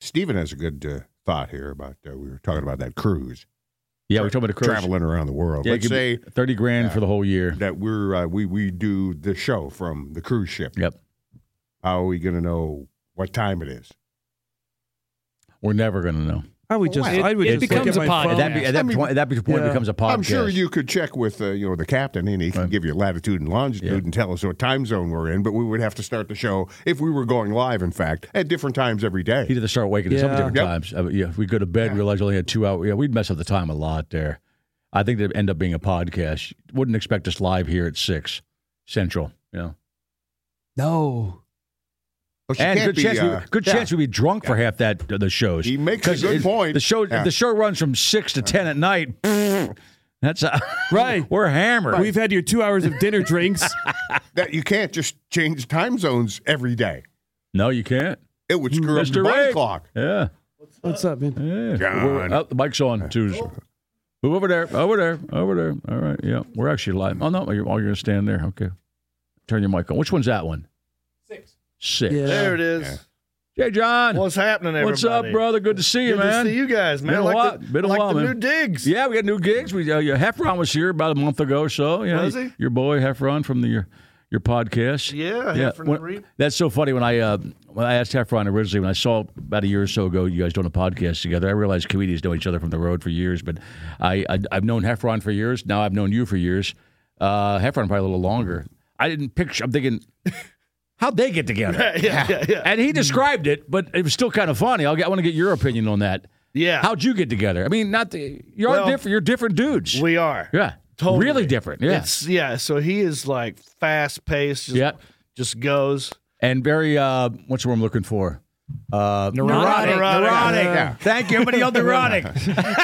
Stephen has a good uh, thought here about uh, we were talking about that cruise. Yeah, we're talking about a cruise. traveling around the world. Yeah, it Let's could say be thirty grand for the whole year. that we're uh, we we do the show from the cruise ship. Yep, How are we going to know what time it is? we're never gonna know. I would just. Well, I would just it look becomes at my a podcast. phone. At that, be, at that I mean, point, at that point it yeah. becomes a podcast. I'm sure you could check with uh, you know the captain, and he can Right. give you latitude and longitude Yeah. and tell us what time zone we're in. But we would have to start the show if we were going live. In fact, at different times every He day. did start waking us up at Yeah. different Yep. times. Uh, yeah, if we go to bed, Yeah. realize we only had two hours. Yeah, we'd mess up the time a lot there. I think they'd end up being a podcast. Wouldn't expect us live here at six central. You know, No. But you and can't good be, chance, uh, we, good yeah. chance we'd be drunk for half that uh, the shows. He makes a 'Cause good if point. The show Yeah. if the show runs from six to ten at night. That's uh, Right. We're hammered. We've had your two hours of dinner drinks. that you can't just change time zones every day. no, you can't. It would screw up Mr. the body Ray. clock. Yeah. What's up, man? Yeah. John. We're- oh, the mic's on too. Move over there, over there, over there. All right, yeah, we're actually live. Oh no, you're, oh, you're gonna stand there. Okay, turn your mic on. Which one's that one? Six. Six. Yeah. There it is. Hey, John. What's happening, everybody? What's up, brother? Good to see you, Good man. to see you guys, man. Been a like while- the, been a like while, the man. new digs. Yeah, we got new gigs. We uh, yeah, Heffron was here about a month ago, so yeah, Was he? your boy Heffron from the your, your podcast. Yeah, Heffron and When- Reap. That's so funny. When I uh, when I asked Heffron originally, when I saw about a year or so ago, you guys doing a podcast together, I realized comedians know each other from the road for years. But I, I I've known Heffron for years. Now I've known you for years. Uh, Heffron probably a little longer. I didn't picture. I'm thinking. How'd they get together? yeah, yeah, yeah. And he described it, but it was still kind of funny. I'll get, I want to get your opinion on that. Yeah. How'd you get together? I mean, not the, you're Well, different. You're different dudes. we are. yeah, Totally. really different. Yeah, It's yeah. So he is like fast paced. Just, Yeah. Just goes. and very uh, what's the word I'm looking for? Uh, Neurotic. Neurotic. Yeah. Thank you. Everybody yelled neurotic.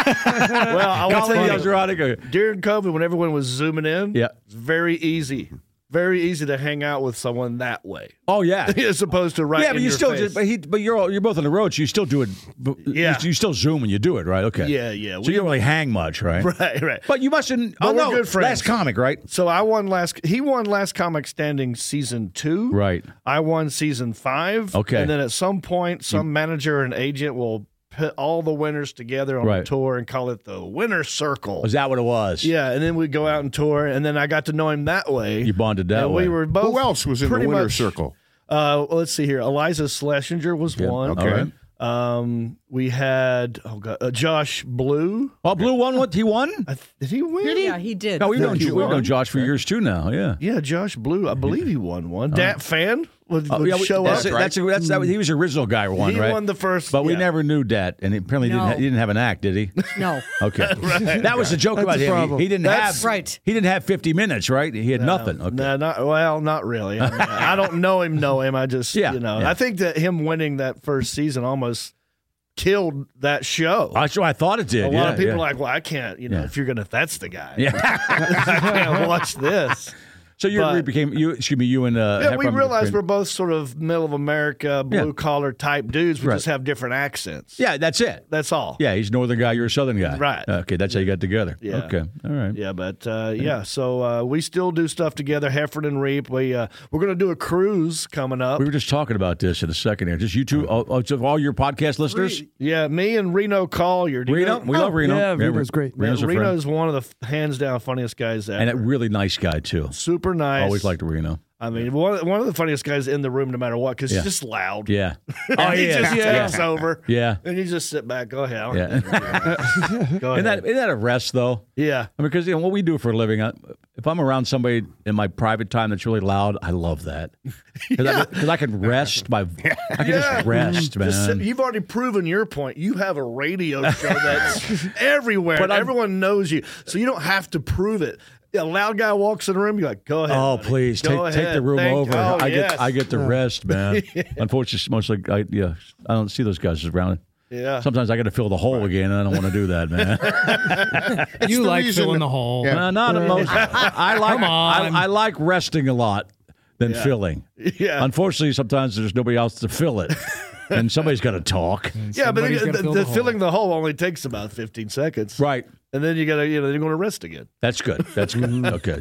Well, I want to Colleen tell yells you, neurotic. during COVID, when everyone was zooming in, Yeah. it's very easy, very easy to hang out with someone that way, Oh yeah. as opposed to right. yeah, but in you your still face. just but he but you're all, you're both on the road, so you still do it. b- Yeah. you, you still zoom when you do it, right? Okay. Yeah, yeah. So We- you don't really hang much, right? right, right. But you mustn't. But oh we're no, good friends. last comic, right? So I won last. He won last Comic Standing season two. Right. I won season five. Okay. And then at some point, some manager and agent will put all the winners together on a Right. tour and call it the Winner Circle. Was that what it was? Yeah. And then we go out and tour. And then I got to know him that way. You bonded that and way. we were both. Who else was in the pretty winner's much- circle? Uh, well, let's see here. Eliza Schlesinger was one. Okay. right. Um, we had oh god, uh, Josh Blue. Oh, blue won. What he won? I th- did he win? Yeah, he did. No, we've known he Jo- we've won. known Josh for years too now. Yeah. Yeah, Josh Blue. I believe he won one. Dat Fan would, Uh-huh. Oh, would yeah, we- show that's up. it, that's it, that's that, he was the original guy who won, he right? won the first, but we yeah. never knew that, and he apparently didn't No. ha- he didn't have an act, did he? No. Okay, that was the joke That's about the him. problem. He, he didn't That's- have Right. He didn't have fifty minutes, right? He had nothing. Okay, No, not well, not really. I, mean, I don't know him, know him. I just, Yeah, you know, yeah. I think that him winning that first season almost killed that show. I, so I thought it did. A lot yeah, of people yeah. are like, well, I can't, you know, Yeah. if you're gonna, that's the guy. Yeah. I can't watch this. So you but- we became you. Excuse me, you and uh, Yeah, we Heffron realize became- we're both sort of middle of America, Yeah. blue collar type dudes. We Right. just have different accents. Yeah, that's it. that's all. Yeah, he's a northern guy. You're a southern guy. Right. Okay, that's how you got together. Yeah. Okay. All right. Yeah, but uh, yeah, so uh, we still do stuff together, Hefford and Reap. We uh, we're gonna do a cruise coming up. We were just talking about this in a second here. Just you two, all, Oh. all, so all your podcast listeners. yeah, me and Reno Collier. Do you Reno, know- Oh, we love Reno. yeah, we- Reno's great. Man, Reno's a friend. Reno's one of the f- hands down funniest guys ever. and a really nice guy too. Super nice. Always liked Reno. I mean, one, one of the funniest guys in the room, no matter what, because he's just loud. Yeah. Oh, And he just yeah. takes over. Yeah. And you just sit back. Go ahead. Yeah. Go Isn't ahead. that isn't that a rest though? yeah. I mean, because you know what we do for a living. I, if I'm around somebody in my private time that's really loud, I love that because I, can rest my, I can Yeah. Mm-hmm. just rest, man. Just sit, you've already proven your point. You have a radio show that's everywhere. But I'm- Everyone knows you, so you don't have to prove it. Yeah, loud guy walks in the room. You're like, go ahead. Oh, buddy. please Go take take the ahead. room Thank- over. Oh, I yes. get I get the rest, man. Unfortunately, mostly I yeah I don't see those guys around. Yeah. Sometimes I got to fill the hole again, and I don't want to do that, man. you the like reason- filling the hole. Yeah. No, not most. I like Come on. I, I like resting a lot than filling. Yeah. Unfortunately, sometimes there's nobody else to fill it, and somebody's got to talk. Yeah, but Somebody's the, gotta the, fill the the hole. filling the hole only takes about 15 seconds. Right. And then you got to, you know, you're going to rest again. That's good. That's good. Mm. okay.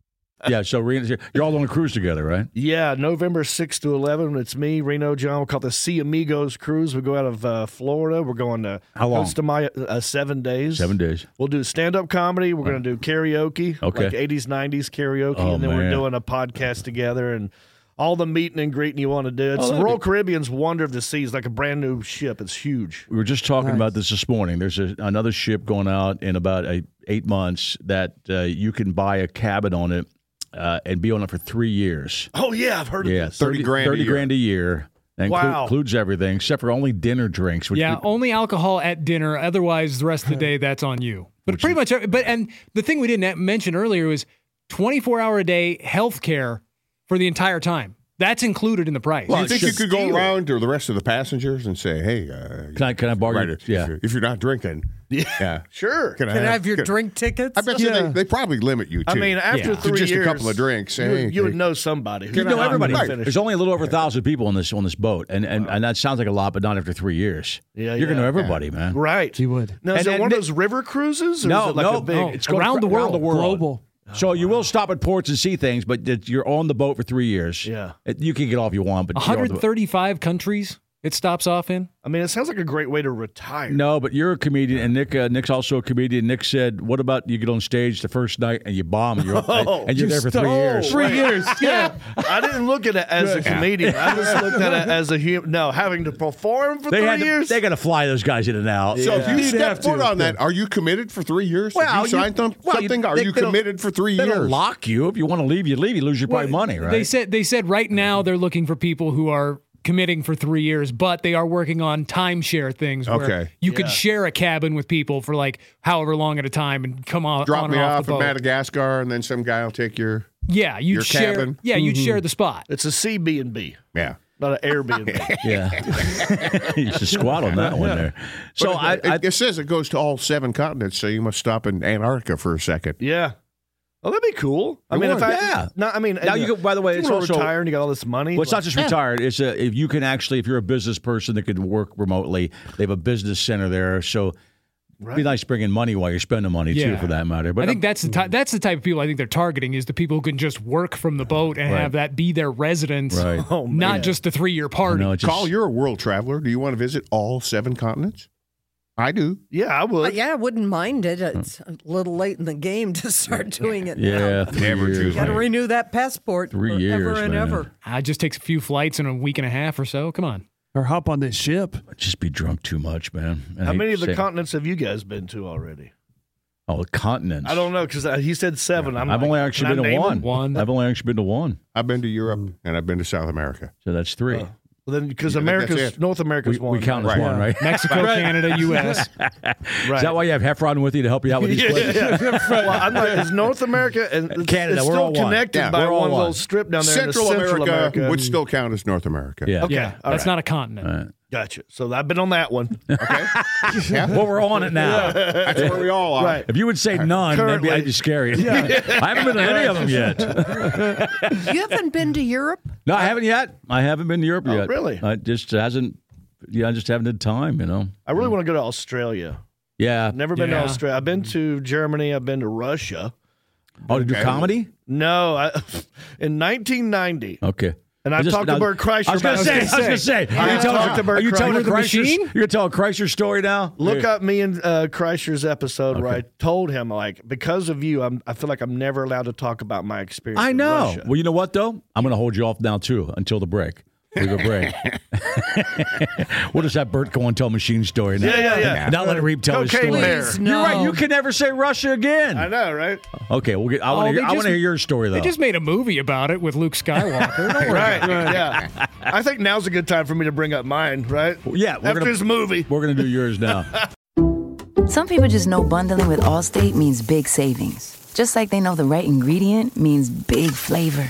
Yeah. So Rena, you're all on a cruise together, right? Yeah, November 6th to 11. It's me, Reno John. We're called the Sea Amigos Cruise. We go out of uh, Florida. We're going to How long? Costa Maya uh, seven days. Seven days. We'll do stand up comedy. We're going to do karaoke, Okay. like 80s, 90s karaoke. Oh, and then we're man. doing a podcast together and all the meeting and greeting you want to do. It's Oh, that'd Royal be- Caribbean's Wonder of the Seas, like a brand new ship. It's huge. We were just talking about this this morning. There's a, another ship going out in about uh eight months that uh, you can buy a cabin on it uh, and be on it for three years. Oh, yeah, I've heard Yeah, of this. 30 grand a 30 year. grand a year. That inclu- Wow. includes everything except for only dinner drinks. Which Yeah, we- only alcohol at dinner. Otherwise, the rest of the day, that's on you. But pretty much, every- but and the thing we didn't mention earlier was 24 hour a day health care for the entire time. That's included in the price. Do you think you should could go steal. around to the rest of the passengers and say, "Hey, uh, can I can I borrow? your- right, yeah, if, you're, if you're not drinking, yeah, Sure. can I Can I have your can- drink tickets? I bet you they, they probably limit you. Too. I mean, after Yeah. three Just a years, couple of drinks, you, hey, would- you would hey. know somebody. who's You know not everybody. gonna Right. finish. There's only a little over a thousand people on this on this boat, and and, and that sounds like a lot, but not after three years. Yeah, you're gonna yeah. know everybody, man. Right. You would. Now, is And it then one Nick- of those river cruises? Or No, is it like no, a big, no. it's It's going going around the around world, the world. global. Oh, so you will stop at ports and see things, but that you're on the boat for three years. Yeah. It- you can get off if you want, but you're on the boat. 135 countries it stops off in. I mean, it sounds like a great way to retire. No, but you're a comedian, and Nick uh, Nick's also a comedian. Nick said, "What about you get on stage the first night and you bomb, and you're, Oh, and you're there for three years?" Three years. Yeah. Oh, I didn't look at it as a comedian. I just looked at it as a human. No, having to perform for They three had to, years. they got to fly those guys in and out. So if you You'd step have foot to. on that, are you committed for three years? If Well, you you- signed some- well, you- something? are they- you they don't- committed for three They years? don't lock you. If you want to leave, you leave. You lose your probably money, right? They said they said right Mm-hmm. now they're looking for people who are committing for three years, but they are working on timeshare things. Where Okay. You could share a cabin with people for like however long at a time and come on, Drop on me and off, off the in boat. Madagascar, and then some guy will take your Yeah, you'd your share. cabin. Mm-hmm. Yeah, you'd share the spot. it's a CB&B, yeah. not an Airbnb. yeah. you should squat on that one there. So I, it, I it says it goes to all seven continents, so you must stop in Antarctica for a second. yeah. Oh, that'd be cool. I It mean, would. if I Yeah. no, I mean, Now you go- by the way, if it's you wanna also- retire and you got all this money. well, it's not like- just retired. It's a, if you can actually, if you're a business person that could work remotely, they have a business center there. So it'd be nice bringing money while you're spending money too, Yeah. for that matter. But I think that's the type. That's the type of people I think they're targeting is the people who can just work from the boat and have that be their residence, Right. Oh, man. not just the three year you party. know, it's just- Call, you're a world traveler. Do you want to visit all seven continents? I do. yeah, I would. Uh, yeah, I wouldn't mind it. It's a little late in the game to start doing it yeah, now. three Never years, choose Got to man. renew that passport Three forever years, and man. ever. Ah, it just takes a few flights in a week and a half or so. Come on. Or hop on this ship. Just be drunk too much, man. And How I hate many to of the say- continents have you guys been to already? oh continents? I don't know because he said seven. I'm I've like, only can I actually been to name 'em? one. One. I've only actually been to one. I've been to Mm. Europe and I've been to South America. So that's three. Well, then, because Yeah, I think that's America's it. North America's we, Oh, one. we count as Right. one, right? Mexico, Canada, U.S. Right. Is that why you have Heffron with you to help you out with these Yeah, places? yeah. well, I'm like, is North America and it's- Canada, It's we're still all one. connected Yeah, by we're all one little one. strip down there. in the Central, Central America, America, would still count as North America. Yeah. Yeah, that's not a continent. All right. Mm. Gotcha. So I've been on that one. Okay. Yeah. Well, we're on it now. That's where we all are. Right. If you would say none, that'd be, Currently. that'd be scary. I haven't been to any of them yet. You haven't been to Europe? No, I haven't yet. I haven't been to Europe Oh, yet. really? I just hasn't. Yeah, I just haven't had time. You know. I really want to go to Australia. Yeah. I've never been Yeah. to Australia. I've been to Germany. I've been to Russia. Oh, to do Okay. comedy? No, I, in 1990. Okay. And I've Is this- talked to now- Bert Kreischer I was gonna about say. I it. was gonna say. Are you I've telling talked to Bert Are you telling Kreischer. Kreischer's- The machine? You're gonna tell Kreischer's story now? Look Yeah. up me and uh, Kreischer's episode where I told him like because of you, I'm, I feel like I'm never allowed to talk about my experience. I in know. Russia. Well, you know what though? I'm gonna hold you off now too until the break. We go break. what is that Bert going tell machine story now? Yeah, yeah, yeah. Now let Reeb tell his Cocaine story. bear. Please, You're right. no. You can never say Russia again. I know, right? Okay, we'll get. I want Oh, to. they hear I want just- to hear your story though. They just made a movie about it with Luke Skywalker. Don't worry. Right. Yeah. I think now's a good time for me to bring up mine, right? yeah, we're After gonna- this movie. We're gonna do yours now. Some people just know bundling with Allstate means big savings. Just like they know the right ingredient means big flavor.